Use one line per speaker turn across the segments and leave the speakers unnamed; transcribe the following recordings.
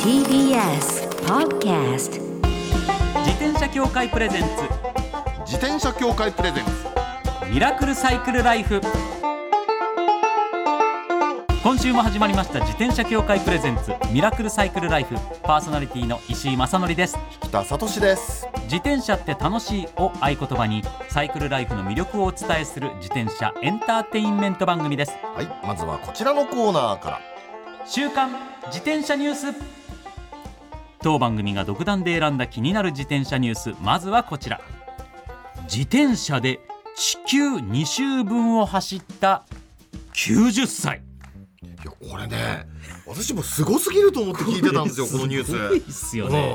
TBS Podcast
自転車協会プレゼンツ
自転車協会プレゼンツ
ミラクルサイクルライフ今週も始まりました自転車協会プレゼンツミラクルサイクルライフパーソナリティの石井正則です
北聡です
自転車って楽しいを合言葉にサイクルライフの魅力をお伝えする自転車エンターテインメント番組です
はいまずはこちらのコーナーから
週刊自転車ニュース当番組が独断で選んだ気になる自転車ニュースまずはこちら自転車で地球2周分を走った90歳
いやこれね私もすごすぎると思って聞いてたん ですよこのニュース
すごいっすよね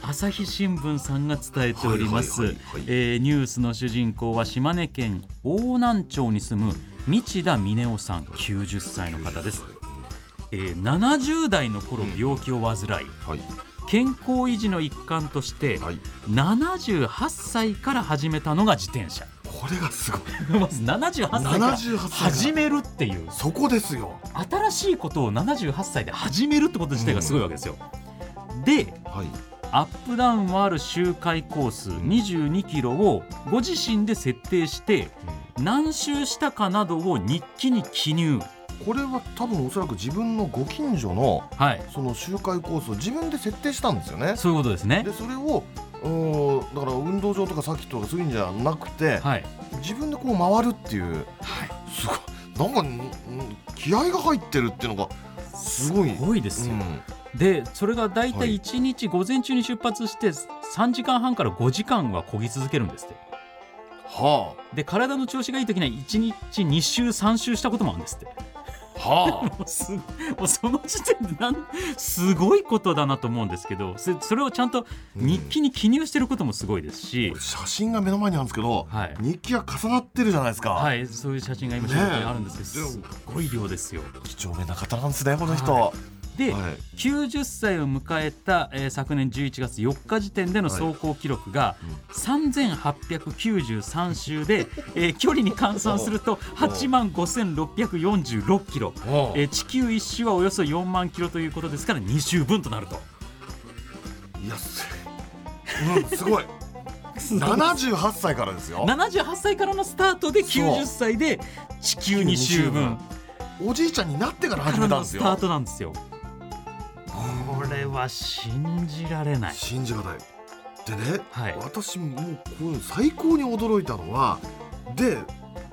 朝日新聞さんが伝えております
はいはいはいはい
えーニュースの主人公は島根県邑南町に住む道田峰夫さん90歳の方です、えー70代の頃病気を患い
はい
健康維持の一環として
はい
78歳から始めたのが自転車
これがすごい
まず78歳から
78歳から
始めるっていう
そこですよ
新しいことを78歳で始めるってこと自体がすごいわけですよ、で
はい
アップダウンはある周回コース22キロをご自身で設定して何周したかなどを日記に記入
これは多分おそらく自分のご近所の
はい
その周回コースを自分で設定したんですよね
そういうことですね
でそれをうーんだから運動場とかサーキットとかそういうんじゃなくて、
はい
自分でこう回るっていうすごいなんかんん気合が入ってるっていうのがすごい
すごいですよ、でそれが大
は
体
い
1日午前中に出発して3時間半から5時間は漕ぎ続けるんですって
は
で体の調子がいい時には1日2周3周したこともあるんですって
あはあ
もうすもうその時点でなんすごいことだなと思うんですけどそそれをちゃんと 日記に記入してることもすごいですし、
これ写真が目の前にあるんですけど、
はい
日記が重なってるじゃないですか、
はい、そういう写真が今、
ね
手
え
元にあるんですけど、す
で
ごい量ですよ。
貴重めな方なんですねこの人、
は
は
で、
い
90歳を迎えた、えー昨年11月4日時点での走行記録が
いうん
3893周で、えー距離に換算すると8万5646キロ、
おう
えー地球一周はおよそ4万キロということですから2周分となると。
いやす, 、うん、す ごい78歳からですよ
78歳からのスタートで90歳で地球2周分
おじいちゃんになってから
か
始
ら
めたん
の
です
スター
よ
トなんですよ。これは信じられない。
信じがたいでね、
はい
私もうこう最高に驚いたのはで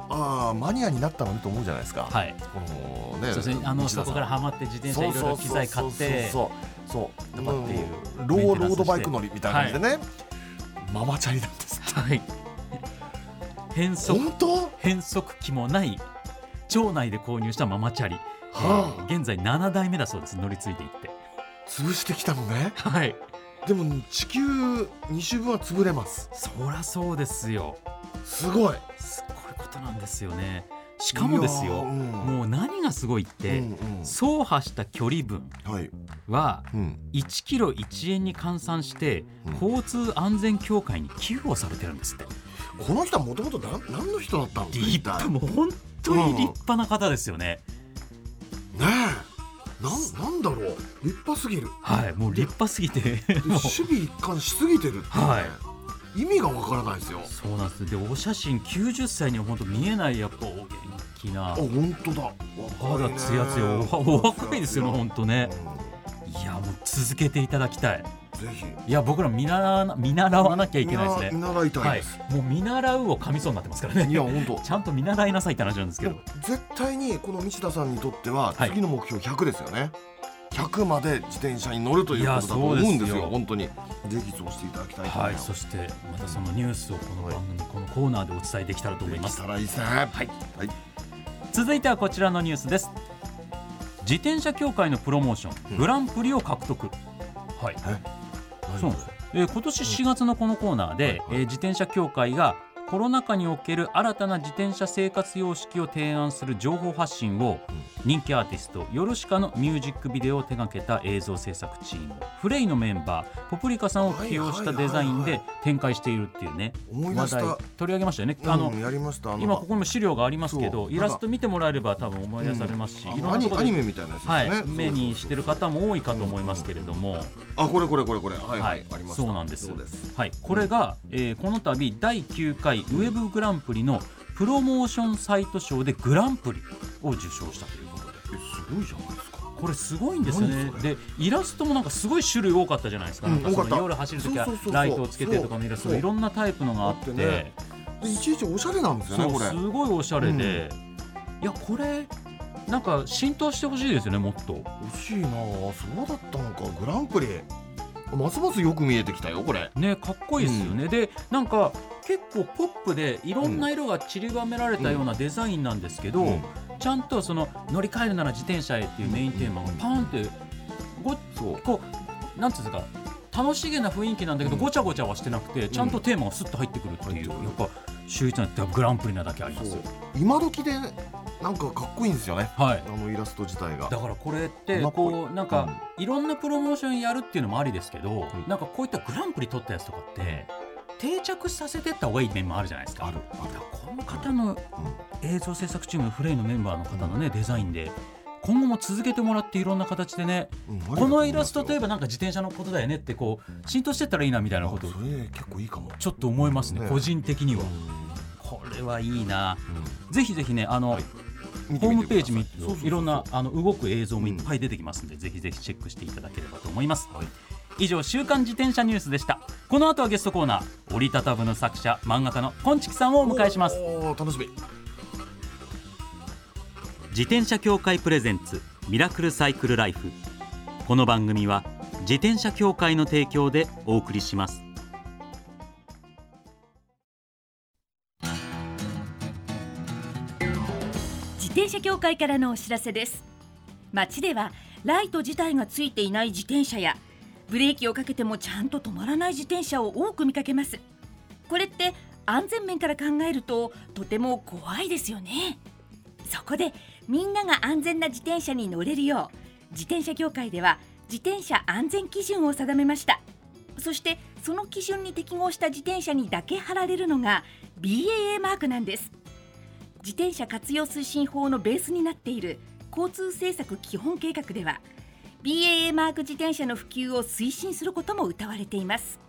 ああマニアになったのねと思うじゃないですか、
はい、
この
そ
ね
うですね、あの
西
そ
田さ
こ
ん
からハマって自転車いろいろ機材買って、
そうそうそうそうそう
頑張っている
うんローロードバイク乗りみたいな感じでね、ママチャリなんです
はい、変則
本当は
変則機もない町内で購入したママチャリ、
あ
現在7代目だそうです乗り継いでいって
潰してきたのね
はい
でも地球2周分は潰れます
そらそうですよ
すごい
すごいことなんですよねしかもです
いやー
よ、
うん
もう何がすごいって、
うんう
走破した距離分
ん、はい、
は
うん、
1キロ1円に換算して、
うん
交通安全協会に寄付をされてるんですって
この人はもともと何何の人だったんですか
立
一体
派
ね
もう本当に立派な方ですよね、
えなんなんだろう立派すぎる
はいもう立派すぎて
で守備一貫しすぎてるって、ね
は
意味がわからないですよ
そうなんですでお写真90歳には本当見えないやっぱお元気な
あ本当だ
肌
ね
ツヤツヤおお若いですよね本当ねいやもう続けていただきたい
うんぜひ
いや僕ら見習わな見習わなきゃいけないですね
見習いた
はいい
です、、
もう見習うを噛みそうになってますから
い、
ね
や 本当
ちゃんと見習いなさいって話なんですけ
で
ど
も絶対にこの道田さんにとっては
はい
次の目標100ですよね、100まで自転車に乗るということだと思うん
いやそう
で
です
すよ
よ
本当にぜひそうしていただきたいと思
はいい、
ます、
そしてまたそのニュースをこの番組、このコーナーでお伝えできたらと思い
で
ま
き
す
たらいいですねはい、はい、
続いてはこちらのニュースです自転車協会のプロモーション、グランプリを獲得はい
え
そうなんですよ、えー今年4月のこのコーナーで、
はいはい
えー自転車協会がコロナ禍における新たな自転車生活様式を提案する情報発信を人気アーティストヨルシカのミュージックビデオを手掛けた映像制作チームフレイのメンバーポプリカさんを起用したデザインで展開しているっていうね
思い出
話
した
題取り上げましたよね。
うん
あの
やりましたあの
今ここにも資料がありますけ
そ
ど
う
イラスト見てもらえれば多分思い出されますし、
あ
いろ
の
ん
ア
なと
ニ
ころ
ア
で
ニメみたいなやつです
は
ね、
い、目にしてる方
も
も多いかと思いますけれども、
あこれこれこれこれはいはい、ありました
そうなんです
そうです
はい、これが、えーこの度第9回ウェブグランプリのプロモーションサイト賞でグランプリを受賞したということで
えすごいじゃないですか
これすごいんですね
何そ
でイラストもなんかすごい種類多かったじゃないですか,、
うん
なんかそ
多か
の
った
夜走るときは
そうそうそうそう
ライトをつけてとかのイラスト
そ
も
う
いろんなタイプのがあって
あってねでいちいちおしゃれなんですよ
そ
ね
う
これ
すごいおしゃれで、いやこれなんか浸透してほしいですよねもっと。
惜しいなあそうだったのかグランプリますますよく見えてきたよこれ
ね、かっこいいですよね、でなんか結構ポップでいろんな色が散りばめられたようなデザインなんですけど、
うん
ちゃんとその乗り換えるなら自転車へっていうメインテーマが
うん
パンってご
そう
こうなんていうんですか楽しげな雰囲気なんだけど、
うん
ごちゃごちゃはしてなくてちゃんとテーマがスッと入ってくるっていう、
うん
やっぱ秀逸なグランプリなだけありますよ。
今時でなんかかっこいいんですよね
はい
あのイラスト自体が
だからこれって
今っぽい
こうなんかいろんなプロモーションやるっていうのもありですけど
ん
なんかこういったグランプリ取ったやつとかって定着させてった方がいい面もあるじゃないですか。
あるある
だからこの方の映像制作チームのフレイのメンバーの方のねデザインで今後も続けてもらっていろんな形でね
うん
このイラストといえ
ば
ばなんか自転車のことだよねってこう浸透してったらいいなみたいなことを
それ結構いいかも
ちょっと思いますね
ね
個人的には
うん。
これはいいなぜひぜひねあの、
はい見てみてください
ホームページ見
そうそうそうそう
いろんなあの動く映像もいっぱい出てきますので、ぜひぜひチェックしていただければと思います、
はい
以上週刊自転車ニュースでしたこの後はゲストコーナー折りたたむの作者漫画家のこんちきさんをお迎えします
おー楽しみ
自転車協会プレゼンツミラクルサイクルライフこの番組は自転車協会の提供でお送りします
自転車協会からのお知らせです街ではライト自体がついていない自転車やブレーキをかけてもちゃんと止まらない自転車を多く見かけますこれって安全面から考えるととても怖いですよねそこでみんなが安全な自転車に乗れるよう自転車協会では自転車安全基準を定めましたそしてその基準に適合した自転車にだけ貼られるのが BAA マークなんです自転車活用推進法のベースになっている交通政策基本計画では BAA マーク自転車の普及を推進することも謳われています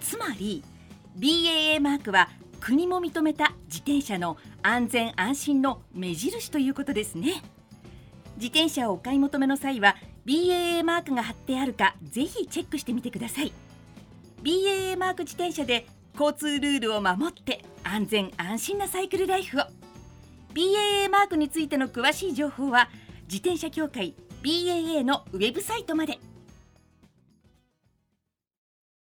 つまり BAA マークは国も認めた自転車の安全安心の目印ということですね自転車をお買い求めの際は BAA マークが貼ってあるかぜひチェックしてみてください BAA マーク自転車で交通ルールを守って安全安心なサイクルライフを BAA マークについての詳しい情報は自転車協会 BAA のウェブサイトまで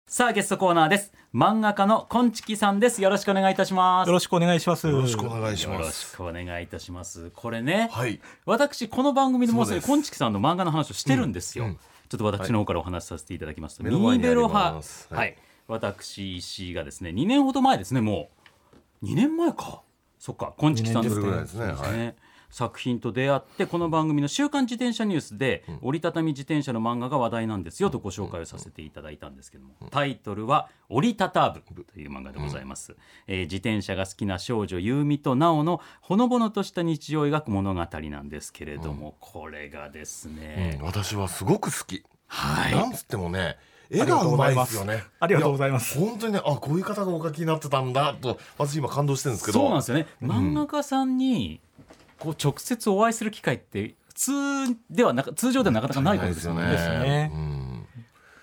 さあゲストコーナーです漫画家のこんちきさんですよろしくお願いいたします
よろしくお願いします。
よろしくお願いし
よ
ま
ろ
す
しくお願いいたしますこれね、
はい
私この番組でもうすでに
そうです
こんちきさんの漫画の話をしてるんですよ、
うんうん
ちょっと私の方からお話しさせていただきますと、
目の
ミ
前
ニ
にあ
ベ
り
ロ
ま
派
す
はい、私石井がですね2年ほど前ですねもう2年前かそっかこんちきさん
二
で
そ
年
す
れぐらい
ね
ですねはい
ね作品と出会ってこの番組の「週刊自転車ニュース」で折りたたみ自転車の漫画が話題なんですよとご紹介をさせていただいたんですけどもタイトルは「折りたたぶ」という漫画でございます、えー自転車が好きな少女優美と奈緒のほのぼのとした日常を描く物語なんですけれどもこれがですね、
うん私はすごく好き
はい
なんつってもね絵がうまいですよね
ありがとうございます
や本当にねあこういう方がお書きになってたんだと私今感動してるんですけど
そうなんですよね、漫画家さんにこう直接お会いする機会って普通ではなか通常ではなかなかないことですよね
ないですよね
ですね
うん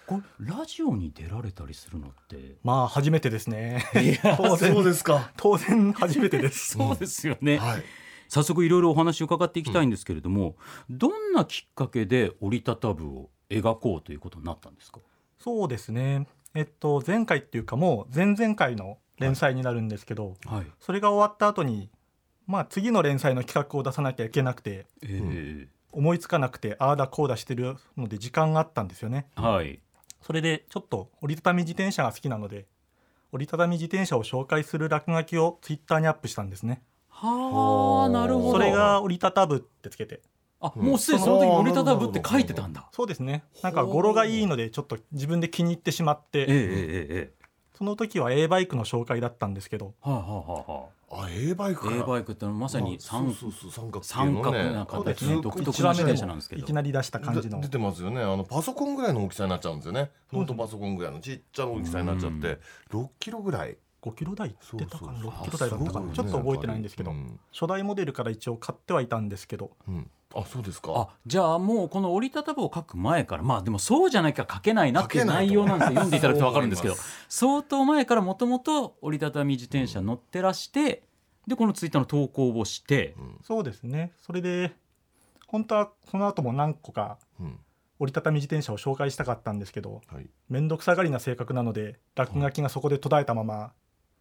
これラジオに出られたりするのって
まあ初めてですね。
あ
当
そう
然
ですか
当然初めてです。
そうですよね、
はい
早速いろいろお話を伺っていきたいんですけれども、どんなきっかけで折りたたぶを描こうということになったんですか
そうですね。えっと前回っていうかもう前々回の連載になるんですけど、
はい、
それが終わった後に、まあ次の連載の企画を出さなきゃいけなくて。
えー
思いつかなくてああだこうだしてるので時間があったんですよね
はい
それでちょっと折りたたみ自転車が好きなので折りたたみ自転車を紹介する落書きをツイッターにアップしたんですね
はあなるほど
それが折りたたぶってつけて
あもうすでにその時
うん
折りたたぶって書いてたんだ
そうですねなんか語呂がいいのでちょっと自分で気に入ってしまって、
えええええ
その時は A バイクの紹介だったんですけど
えはあはあは
あ A バイク
あ
か
A バ
イク
イクってのはまさに三
そうそうそう三
三
角
角
形のね
な
そうで
形
す
ね
ね
独特な自転車なんですけ
い
ど
きなり出した感じの
で出てますよねあのパソコンぐらいの大きさになっちゃうんですよねノートパソコンぐらいのちっちゃな大きさになっちゃっ
う
て6キロぐらい
5キロ台
そう
出
そう
た
そ
か
う
な6
あ
キロ台だった
す
か
ごい
な
ね
ちょっと覚えてないんですけど、
うん
初代モデルから一応買ってはいたんですけど
うんあそうですか
あじゃあもうこの折りたたぶを書く前からまあでもそうじゃなきゃ書けないなっていう
書けない
内
と
容なんですよ読んでいただくと分かるんですけど
そう思
相
い
当前からもともと折りたたみ自転車乗ってらしてでこのツイッターの投稿をして
うん
そうですねそれで本当はその後も何個か
うん
折りたたみ自転車を紹介したかったんですけど
はい
面倒くさがりな性格なので落書きがそこで途絶えたまま、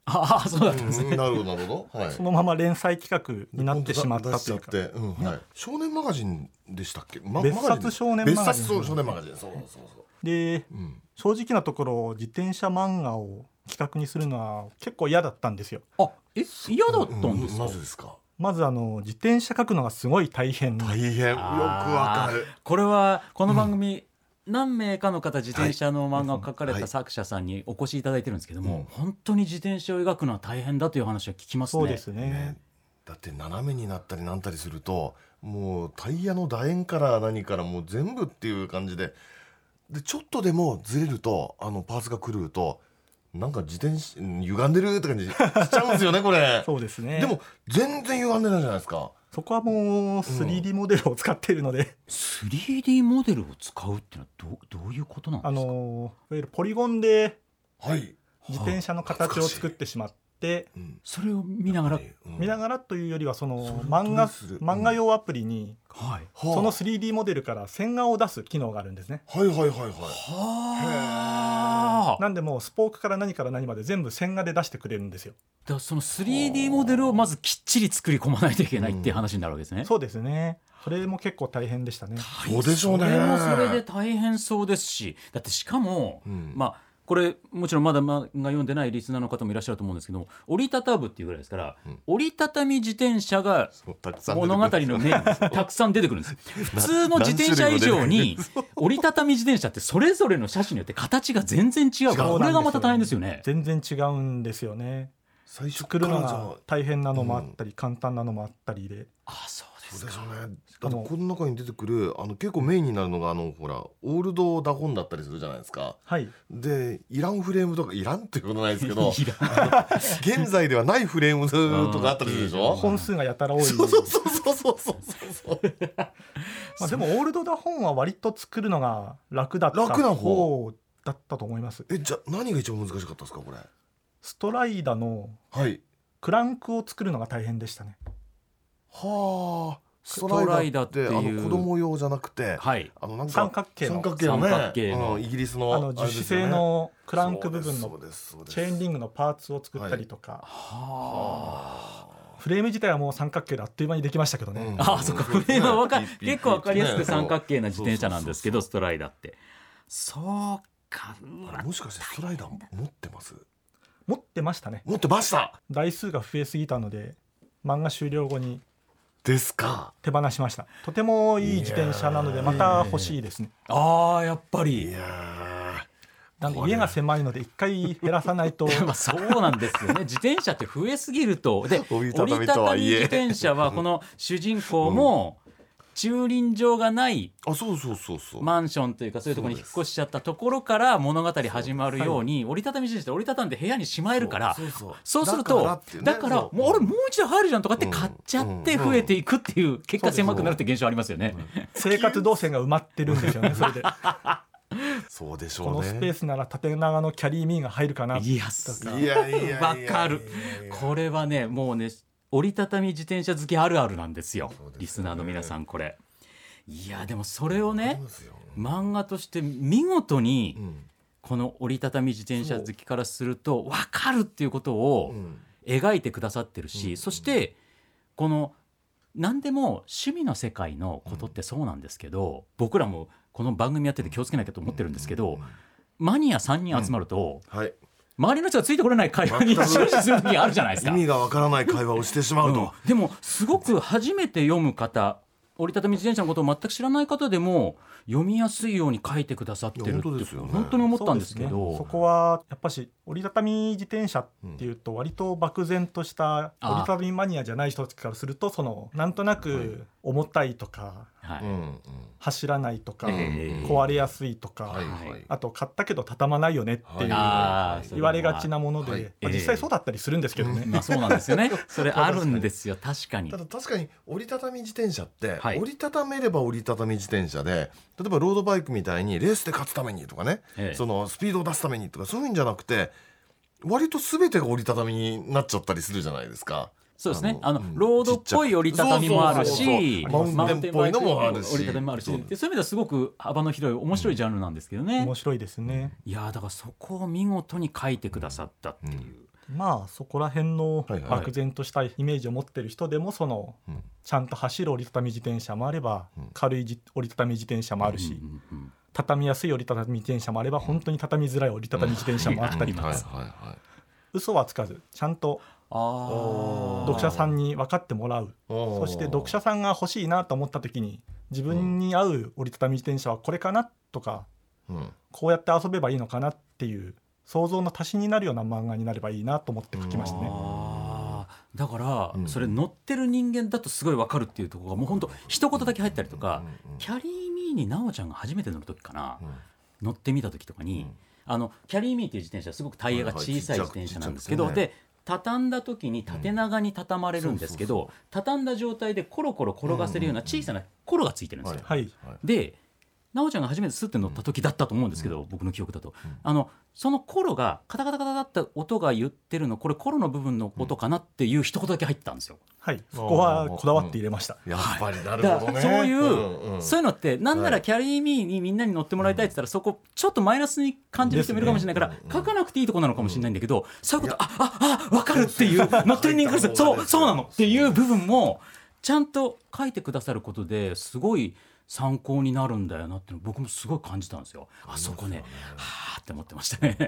ああそうだったんです
う
ね
んなるほどなるほどはい
そのまま連載企画になってしまった
出し
と
ち
い
ゃ
う
っ
か
て、うんはい、少年マガジンでしたっけ、ま
別冊
マガジン
少年マガジン
別冊そう少年マガジンそうそうそう
で
そう、うん、
正直なところ自転車漫画を企画にするのは結構嫌だったんですよ
あえ嫌だったんです
う
か
なぜですか
まずあの自転車描くのがすごい大変
大変よくわかる
これはこの番組何名かの方自転車の漫画を描かれた作者さんにお越しいただいてるんですけど
うん
も本当に自転車を描くのは大変だという話は聞きますね
そうですね
ねだって斜めになったりなんたりするともうタイヤの楕円から何からもう全部っていう感じででちょっとでもずれるとあのパーツが狂うとなんか自転車うん歪んでるって感じしちゃうんですよねこれ
そうですね
でも全然歪んでないじゃないですか
そこはもう 3D モデルを使っているので、
3D モデルを使うっていうのはどうどういうことなんで
あ
すか
のいわゆるポリゴンで
はい、
自転車の形を作ってしまって、
うん、
それを見ながら
うん
見ながらというよりはそ
それ
の
を
漫画
どうする
漫画用アプリに
はい
は
そ
あ
の 3D モデルから線画を出す機能があるんですね。
はいはいはいはい。
はあ
なんでもうスポークから何から何まで全部線画で出してくれるんですよ。
だからその 3D モデルをまずきっちり作り込まないといけないっていう話になるわけですね、
そうですね。それも結構大変でしたね。
はい
そうでしょうね
それもそれで大変そうですしだってしかも、
うん
まあこれもちろんまだ漫画読んでないリスナーの方もいらっしゃると思うんですけども折りたたぶっていうぐらいですから、
うん
折りたたみ自転車が
そうたくさん出てくる
物語の面にたくさん出てくるんです よ普通の自転車以上に折りたたみ自転車ってそれぞれの車種によって形が全然違うから
違う
これがまた大変ですよね。
全然違うんですよね。
最初
作
から
る
じ
の
ゃ
が
あ
大変なのもあったり、簡単なのもあったりで。
あそうで
そう
すか
でしょうね。だ
か
って
も
この中に出てくるあの結構メインになるのがあのほらオールドダホンだったりするじゃないですか。
はい。
でイランフレームとかイランってことないですけど
いらん
現在ではないフレームとかあったりするでしょ。
本数がやたら多い。
そうそうそうそうそうそうそう。
まあ、でもオールドダホンは割と作るのが楽だった
楽な
方
方
だったと思います
えじゃあ何が一番難しかったですかこれ。
ストライダの
はい。
クランクを作るのが大変でしたね
はあ。ス
トライダーっていう
トライダーあの子供用じゃなくて、
はい
あのなんか
三角形の
三角形のね
三角形の
うんイギリスの
あの樹脂製のクランク部分のチェーンリ
ン
ングのパーツを作ったりとか、
は
フレーム自体はもう三角形であっという間にできましたけどね、
うん
ああそっかフレームはわか
いいいい
結構わかりやすく
ね
三角形な自転車なんですけど
そ
ストライダーってそうかう
うそうそう
わ
もしかしてストライダー持ってます
持ってましたね
持ってました
台数が増えすぎたので漫画終了後に
ですか
手放しましたとてもいい自転車なのでまた欲しいですね
あーやっぱ
い
り
や
なんで
これ
家が狭いので一回減らさないと
まあそうなんですよね自転車って増えすぎるとで
折りた
折
た
り
み
た
と
た
は
み
い
自
え
転車はこの主人公も駐輪場がない
ーあそうそうそうそう、
マンションというかそういうところに引っ越しちゃったところから物語始まるように折りたたみ自転車って折りたたんで部屋にしまえるから
そうそう
そうするとだから
っていうね
もう俺もう一度入るじゃんとかって買っちゃって
うんうん
増えていくっていう結果狭くなるって現象ありますよね。
生活動線が埋まってるんですよねそれで
そうでし
こ
ょう
の
ね
スペースなら縦長のキャリーミーが入るかな。
いやす
いやいやいやいや
わかるこれはねもうね折りたたみ自転車好きあるあるなんですよ
そうですよね
リスナーの皆さんこれ。いやでもそれを
そう
ね
ですよ
漫画として見事に
うん
この折りたたみ自転車好きからすると分かるっていうことを
うん
描いてくださってるし、
うん
そしてこの何でも趣味の世界のことってそうなんですけど、僕らもこの番組やってて気をつけなきゃと思ってるんですけど、マニア3人集まると、
はい
周りの人がついてこれない会話に
全く
終始する時があるじゃないです
意
か。
味がわからない会話をしてしまうと、
でもすごく初めて読む方折りたたみ自転車のことを全く知らない方でも読みやすいように書いてくださってるって
いや本当ですよね
本当に思ったんですけ
そうねそ
ど
こはやっぱし折りたたみ自転車っていうと割と漠然とした
あー
折りたたみマニアじゃない人からするとそのなんとなく重たいとか
は
うん
い
走らないとか
ええ
壊れやすいとか、
はい
はい
はい
あと買ったけど畳まないよねっていう
あーそういうのは
言われがちなもので、
はい
まあ、
ええ
実際そうだったりするんですけどね。
まあそうなんですよねそれあるんですよ確かに
ただ確かに折りたたみ自転車って、
はい
折りたためれば折りたたみ自転車で例えばロードバイクみたいにレースで勝つためにとかね、
ええ
そのスピードを出すためにとかそういうんじゃなくて割と全てが折りたたみになっちゃったりするじゃないですか。
そうですねあの
うん
ロードっぽい折りたたみもある
そうそうそう
し
そうマウンテンっぽいのもあるし
折りたたみもあるし
そう
でそういう意味ではすごく幅の広い面白いジャンルなんですけどね
面白いですね。
いやーだからそこを見事に書いてくださったっていう
まあそこら辺の
はいはい
漠然としたイメージを持ってる人でもその
うん
ちゃんと走る折りたたみ自転車もあれば
うん
軽いじ折りたたみ自転車もあるし
うんうんうん
畳みやすい折りたたみ自転車もあれば本当に畳みづらい折りたたみ自転車もあったりと
はい
か
はいはい
嘘はつかずちゃんと
あー
読者さんに分かってもらう
そ
そして読者さんが欲しいなと思った時に自分に合う折りたたみ自転車はこれかなとか
うん
こうやって遊べばいいのかなっていう想像の足しになるような漫画になればいいなと思って書きましたね。
あーだから、
うん
それ乗ってる人間だとすごいわかるっていうところがもう本当一言だけ入ったりとか、キャリーミーに奈緒ちゃんが初めて乗る時かな、
うん
乗ってみた時とかに、
うん
あのキャリーミーっていう自転車すごくタイヤが小さい自転車なんですけど、
はいはい
で畳んだ時に縦長に畳まれるんですけど、畳んだ状態でコロコロ転がせるような小さなコロがついてるんですよ。
はい
で奈緒ちゃんが初めてスッて乗った時だったと思うんですけど、僕の記憶だと、あのそのコロがカタカタカタだった音が言ってるのこれコロの部分の音かなっていう一言だけ入ってたんですよ。
はい、そこはこだわって入れました。
やっぱりなる
だ
ほ
か
どね
らそういう、
んん
そういうのってなんな
は
ら
い
キャリーミーにみんなに乗ってもらいたいって言ったら、そこちょっとマイナスに感じる人もいるかもしれないから、
ですね
書かなくていいとこなのかもしれないんだけど、そういうことあああわかるっていう乗ってる人間から
書いた方
そ
がね
うそうなのっていう部分もちゃんと書いてくださることですごい参考になるんだよなっていうの僕もすごい感じたんですよ。あそこねはあって思ってましたね。
だ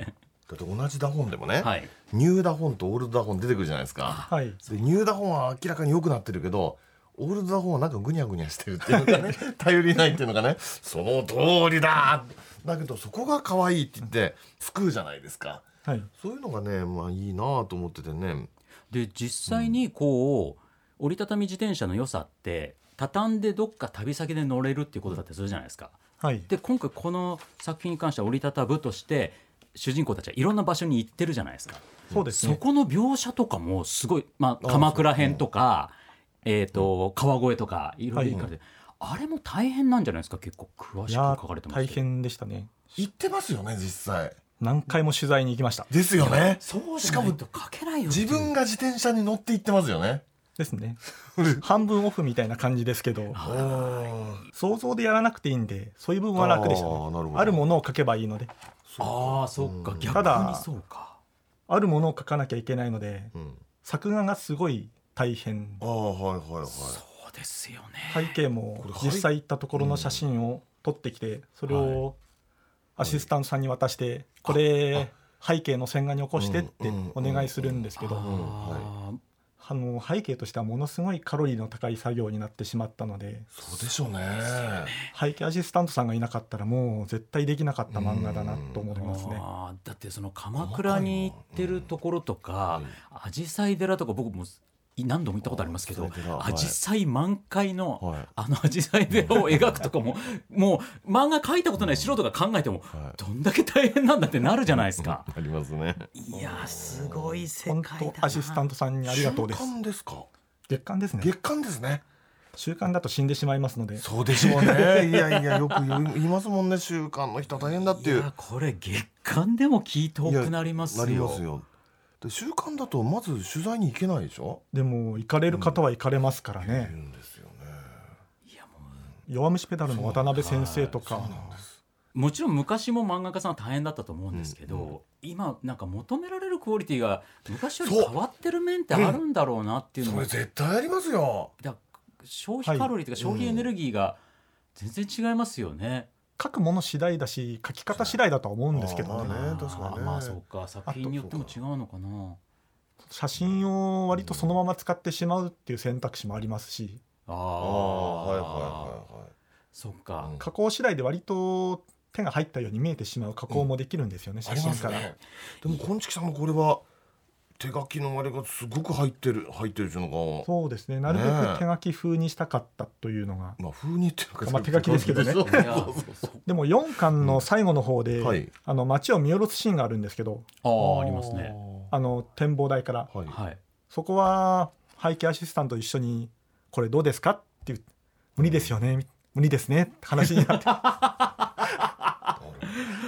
って同じダホンでもね、
はい
ニューダホンとオールドダホン出てくるじゃないですか。
はい、
でニューダホンは明らかに良くなってるけどオールドダホンはなんかぐにゃぐにゃしてるっていうのが ね頼りないっていうのがねその通りだだけどそこが可愛いって言って救うじゃないですか
はい、
そういうのがねまあいいなと思っててね
で実際にこう、折りたたみ自転車の良さって畳んでどっか旅先で乗れるっていうことだってするじゃないですか。
はい、
で今回この作品に関しては折りたたぶとして主人公たちはいろんな場所に行ってるじゃないですか、
そうです
そ
ね。
この描写とかもすごい、まあ、鎌倉編とか、えー、と川越とかいろいろ行かれて、あれも大変なんじゃないですか結構詳
い
しく
や
書
ー
かれてます
大
けど
変でしたね。
言ってますよね実際
何回も取材に行きました。
ですよね
そう
し
し
か
かも
も
書けないよ
自分が自転車に乗って行ってますよね
ですね。半分オフみたいな感じですけど、
おー
想像でやらなくていいんで、そういう部分は楽でした、
あ
ね
ーなるほど
あるものを書けばいいので、
ああそっか逆
ただ
にそうか
あるものを書かなきゃいけないので、
うん
作画がすごい大変
あ。あはいはいはい
そうですよね
背景も
これ
実際行ったところの写真を撮ってきて、それをアシスタントさんに渡して、これ背景の線画に起こしてってお願いするんですけど、
あー
あの背景としてはものすごいカロリーの高い作業になってしまったので
そうでしょうね
背景アシスタントさんがいなかったらもう絶対できなかった漫画だなと思いますね。
あーだってその鎌倉に行ってるところとか紫陽花寺とか僕も何度も行ったことありますけ
あ
ど
紫陽花寺
紫陽花満開の、
はい
あの紫陽花寺を描くとかももう漫画描いたことない素人が考えても、
はい
どんだけ大変なんだってなるじゃないですか。
ありますね
いやーすごい世
本当アシスタントさんにありがとうです
週。刊ですか
月刊ですね
月。刊ですね
週刊だと死んでしまいますので、
そうでしょうね。いやいや、よく言い言いますもんね、習慣の人は大変だって
い
いう。
やーこれ月間でも聞いておくなりますよ。
なりますよ。で、習慣だと、まず取材に行けないでしょ
でも行かれる方は行かれますからね。
言うんですよね。
弱虫ペダルの渡辺先生とか、
もちろん昔も漫画家さんは大変だったと思うんですけど、今なんか求められるクオリティが昔より変わってる面ってあるんだろうなっていうの
そ
も、
れ絶対ありますよ。
だ消費カロリーというか消費エネルギーが全然違いますよね。
書くもの次第だし書き方次第だとは思うんですけど
あーま
ね
あね確かに
あ
ね
まあそうか作品によっても違うのかな
写真を割とそのまま使ってしまうっていう選択肢もありますし
あ
あ
あ
あはいはい
そっか、
うん
加工次第で割と手が入ったように見えてしまう加工もできるんですよね、
はいはいありま
写真
す
から、
ねでもこんちきさんのこれは手書きのあれがすごく入ってる入ってるっていうのが
そうですねなるべ
ねえ
く手書き風にしたかったというのが、
まあ風にっていうか
まあ手書きですけど ね
そう
いや
でも4巻の最後の方で、
はい
あの街を見下ろすシーンがあるんですけど
ああありますね
あの展望台から
はい
はい
そこは背景アシスタントと一緒に「これどうですか?」っていう「無理ですよね無理ですね」って話になって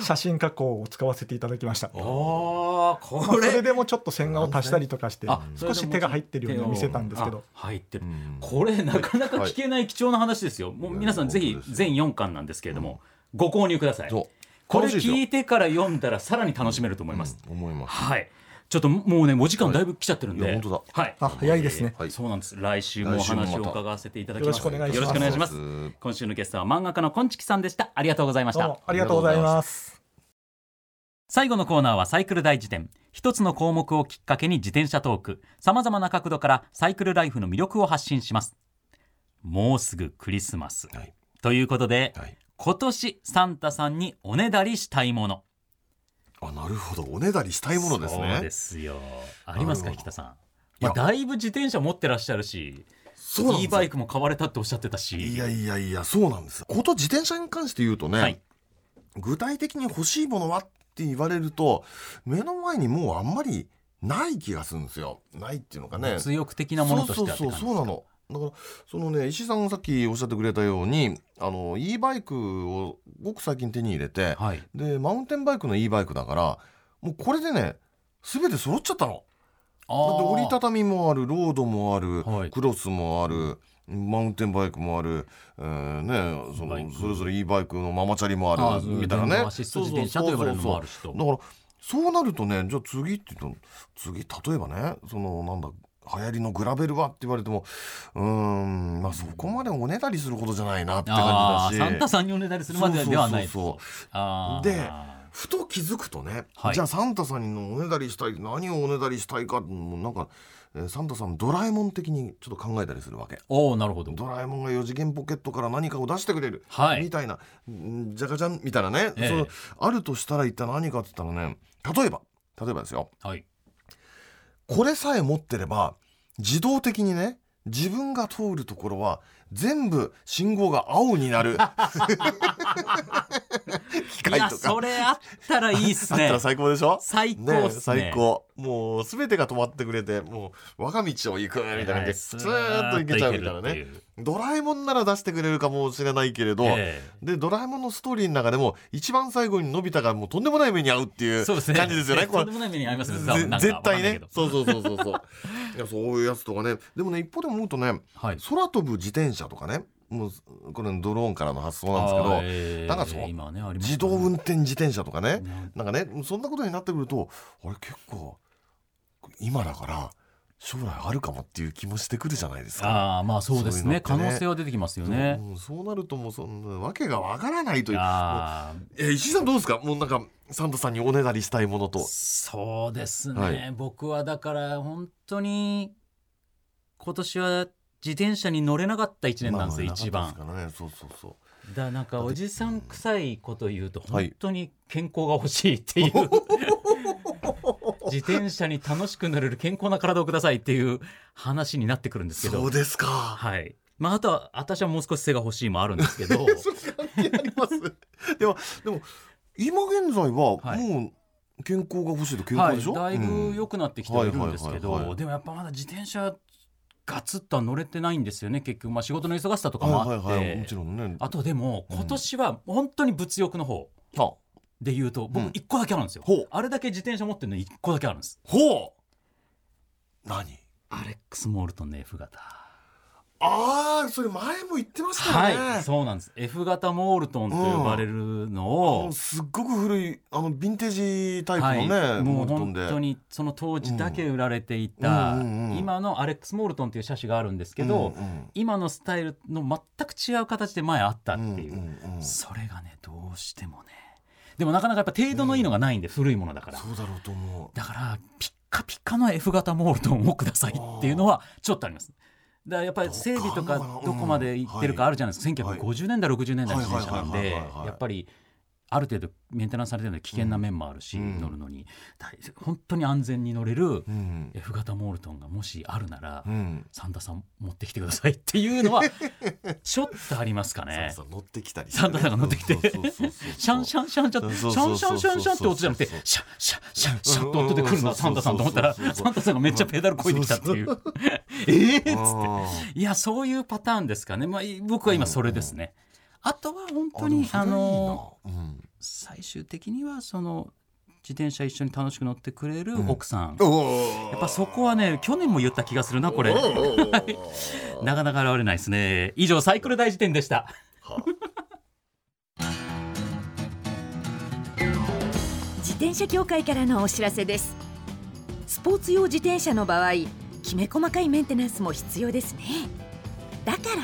写真加工を使わせていただきました、
ああ
まあ、
こ
そ
れ
れでもちょっと線画を足したりとかして
あ
少し手が入ってるように見せたんですけど
あ入ってる
うん
これなかなか聞けない貴重な話ですよ、もう皆さんぜ
い
ひ
や本当ですよ
全4巻なんですけれども、ご購入ください
そう
これ
楽しいですよ
聞いてから読んだらさらに楽しめると思います、
うん思います
はいちょっともうねお時間だいぶ来ちゃってるんで、
はいいや本当だ
はい
あ早いですね
はい
そうなんです来週もお
来
話
週
を
もまた
伺わせていただきます
よろしくお願いします
よろしくお願いします
お願いします
今週のゲストは漫画家のこんちきさんでしたありがとうございまし
どう
た
もありがとうございます
最後のコーナーはサイクル大辞典一つの項目をきっかけに自転車トークさまざまな角度からサイクルライフの魅力を発信しますもうすぐクリスマス、
はい
ということで、
はい
今年サンタさんにおねだりしたいもの
あなるほどおねだりしたいものです
そう
ね
ですよありますか
な
引
るほど
田さん、
い
ま
や
あ、だいぶ自転車持ってらっしゃるし
そうなんです
e
よ
バイクも買われたっておっしゃってたし
いやいやいやそうなんですこと自転車に関して言うとね、
はい
具体的に欲しいものはって言われると目の前にもうあんまりない気がするんですよないっていうのかね
物欲的なものとしてはって
そう
感
そう
じ
そうそうなのだからそのね石井さんがさっきおっしゃってくれたようにあの e バイクをごく最近手に入れて、
はい
でマウンテンバイクの e バイクだからもうこれでね全て揃っちゃったの
あ
だって
ー
折りたたみもあるロードもある、
はい
クロスもあるマウンテンバイクもある、えーね、そ
バイ
の
ク
それぞれ e バイクのママチャリもあ
あ
る
ー
みたいなね
アシスト自転車と呼ばれるのもあるしと
だからそうなるとねじゃあ次って言うと次例えばねそのなんだ流行りのグラベルはって言われてもうーんまあそこまでおねだりすることじゃないなって
あ
感
あ
じ
ー
だし
サンタさんにおねだりするまでではない
そうそうそう
あー
でふと気づくとね、
はい
じゃあサンタさんにおねだりしたい何をおねだりしたいかもうなんか、えーサンタさんドラえもん的にちょっと考えたりするわけ。
おおなるほど
ドラえもんが4次元ポケットから何かを出してくれる、
はい
みたいなうんじゃかじゃんみたいなね、
ええ
そうあるとしたら一体何かって言ったらね例えば例えばですよ
はい
これさえ持ってれば自動的にね自分が通るところは全部信号が青にな る機
い
械
や
とか
それあったらいいっす
あった
ね
ら最高でしょ
最高
ね
っすね
最高もう全てが止まってくれてもう我が道を行くみたいな感じでスーッと行けちゃうみたいなねドラえもんなら出してくれるかもしれないけれど、
え
でドラえもんのストーリーの中でも一番最後にのび太がもうとんでもない目に遭うっていう
そう
感
です
じ
ね
ですよね。
と
こ
んでもない目に遭いますね
れ
多分なんか
絶対ね
わかんないけど
そうそうそうそうそう いやそういうやつとかねでもね一方で思うとね
はい
空飛ぶ自転車とかねもうこれドローンからの発想なんですけど、
あーえー
なんかそう
今ねありますね
自動運転自転車とかね
ね
なんかねそんなことになってくるとあれ結構今だから将来あるかもっていう気もしてくるじゃないですか。
ああまあそうですね
そ
可
ういうのってね
能性は出てきますよね
うんそうなるともうそんなわけがわからないという
ああ
えー石井さんどうですかもうなんかサンタさんにおねだりしたいものと
そうですね、
はい
僕はだから本当に今年は自転車に乗れなかった一年なんですよ、
まあ
一
まあな
番
かったですからねそうそうそう
だなんかおじさん臭いこと言うと
はい
本当に健康が欲しいっていう、 自転車に楽しくなれる健康な体をくださいっていう話になってくるんですけど
そうですか
はいまあ、あとは私はもう少し背が欲しいもあるんですけ ど
それ関係あります でもでも今現在はも
はいう
健康が欲しいと健
は
康
い
でしょ、
だいぶ良くなってきてはいるんですけ
はいはいはいは
ど
い
でもやっぱまだ自転車ガツッとは乗れてないんですよね結局、まあ、仕事の忙しさと
う
か
ん
も
はい
あって、
はいはいもちろんね
あとでも
うん
今年は本当に物欲の方
あ
で言うと
うん
僕一個だけあるんですよ、
ほう
あれだけ自転車持ってるの一個だけあるんです
ほう何
アレックス・モールトンの F 型
ああそれ前も言ってましたよね、
はい、そうなんです F 型モールトンと呼ばれるの
も
を
う、すっごく古いあのヴィンテージタイプのね、
はい、もう
モルトン
本
で
当にその当時だけ売られていた、
うんうんうんうん
今のアレックス・モールトンという車種があるんですけど、
うんうん
今のスタイルの全く違う形で前あったっていう、
うんうんうん
それがねどうしてもねでもなかなかやっぱ程度のいいのがないんで、古いものだから
そうだろうと思
だからピッカピカの F 型モールトンをくださいっていうのはちょっとありますだからやっぱり整備とか
どうかな
どこまで行ってるかあるじゃないですか
はい
1950年代60年代の自転車なん
はいはい
で
はいはいはいはい
やっぱりある程度メンテナンスされてるので危険な面もあるし、
うん
乗るのにだい本当に安全に乗れる
う、うん、
F 型モールトンがもしあるなら、
うん
サンタさん持ってきてくださいっていう のはちょっとありますかね
サンタさん乗ってきたり
サンタさんが乗ってきてシャンシ
ャン
ャンシャンシャンってシ
そう
ャ
そ
ン
う
シ
そ
ャ
う
ンシ
そう
ャンシャンって音じゃなくて
そうそう
シャッシャッシャッシャッと音で来るのはサンタさんと思ったら
そうそうそうそう
サンタさんがめっちゃペダルこいできたっていうええっつっ
って
いやそういうパターンですかねまあ僕は今それですねあとは本当にあの最終的にはその自転車一緒に楽しく乗ってくれる奥さんやっぱそこはね去年も言った気がするなこれなかなか現れないですね以上サイクル大辞典でした
自転車協会からのお知らせですスポーツ用自転車の場合きめ細かいメンテナンスも必要ですねだから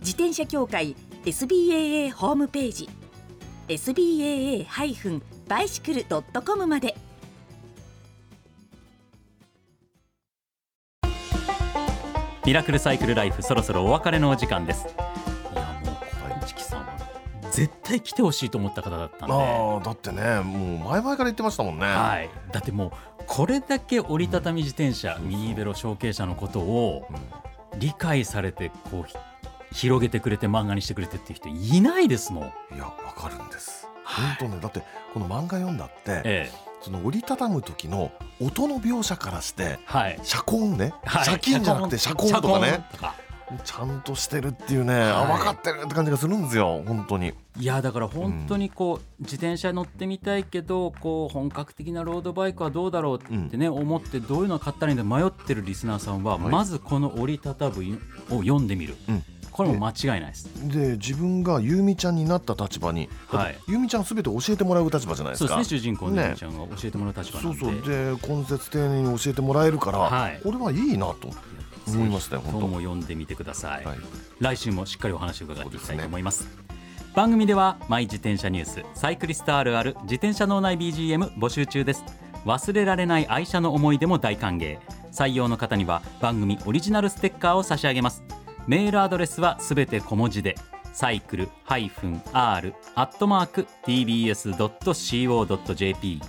自転車協会 SBAA ホームページ SBAA-bicycle.com まで
ミラクルサイクルライフそろそろお別れのお時間ですいやもう小林さんは絶対来てほしいと思った方だったんで
ああだってねもう前々から言ってましたもんね、
はい、だってもうこれだけ折りたたみ自転車、ミニベロ証券者のことを理解されてこうひ広げてくれて漫画にしてくれてっていう人いないですもん、
いやわかるんです本当ねだってこの漫画読んだって、
ええ、
その折りたたむ時の音の描写からして
はい、
車根ね、
はい、
車金じゃなくて車根とか
車
ね
根とか
ちゃんとしてるっていうね、あ
はい
分かってるって感じがするんですよ本当に
いやだから本当にこう自転車乗ってみたいけどこう本格的なロードバイクはどうだろうってね思ってどういうのを買ったらいいんだ迷ってるリスナーさんは
はい
まずこの折りたたむを読んでみる
うん
これも間違いないです。
で自分がゆうみちゃんになった立場に、
はい
だってゆうみちゃんすべて教えてもらう立場じゃないで
そ
す
うです
か
ね主人公のゆみちゃんが教えてもらう立場な
そ
んで。
うそうで根節丁寧に教えてもらえるから、
はい
これはいいなと思いましたよ
今日も
本
読んでみてください、
当、はい、
来週もしっかりお話を伺っていきたいと思います番組ではマイ自転車ニュースサイクリストあるある自転車脳内 BGM 募集中です忘れられない愛車の思い出も大歓迎採用の方には番組オリジナルステッカーを差し上げますメールアドレスはすべて小文字でサイクル -r-tbs.co.jp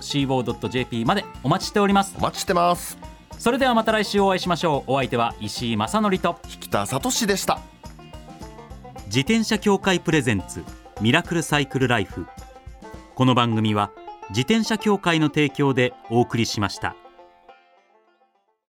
cycle-r-tbs.co.jp までお待ちしております
お待ちしてます
それではまた来週お会いしましょうお相手は石井正則と
引田聡でした
自転車協会プレゼンツミラクルサイクルライフこの番組は自転車協会の提供でお送りしました。